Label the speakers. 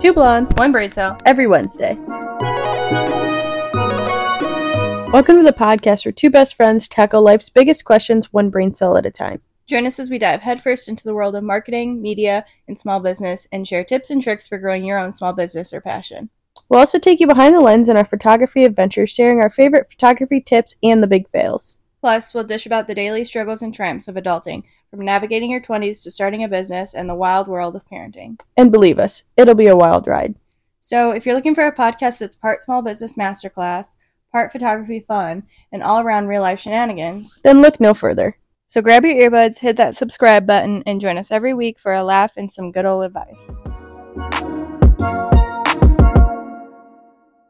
Speaker 1: Two blondes,
Speaker 2: One braid cell.
Speaker 1: every Wednesday. Welcome to the podcast where two best friends tackle life's biggest questions one brain cell at a time.
Speaker 2: Join us as we dive headfirst into the world of marketing, media, and small business and share tips and tricks for growing your own small business or passion.
Speaker 1: We'll also take you behind the lens in our photography adventure, sharing our favorite photography tips and the big fails.
Speaker 2: Plus, we'll dish about the daily struggles and triumphs of adulting, from navigating your 20s to starting a business and the wild world of parenting.
Speaker 1: And believe us, it'll be a wild ride.
Speaker 2: So, if you're looking for a podcast that's part small business masterclass, part photography fun, and all around real life shenanigans,
Speaker 1: Then look no further.
Speaker 2: So grab your earbuds, hit that subscribe button, and join us every week for a laugh and some good old advice.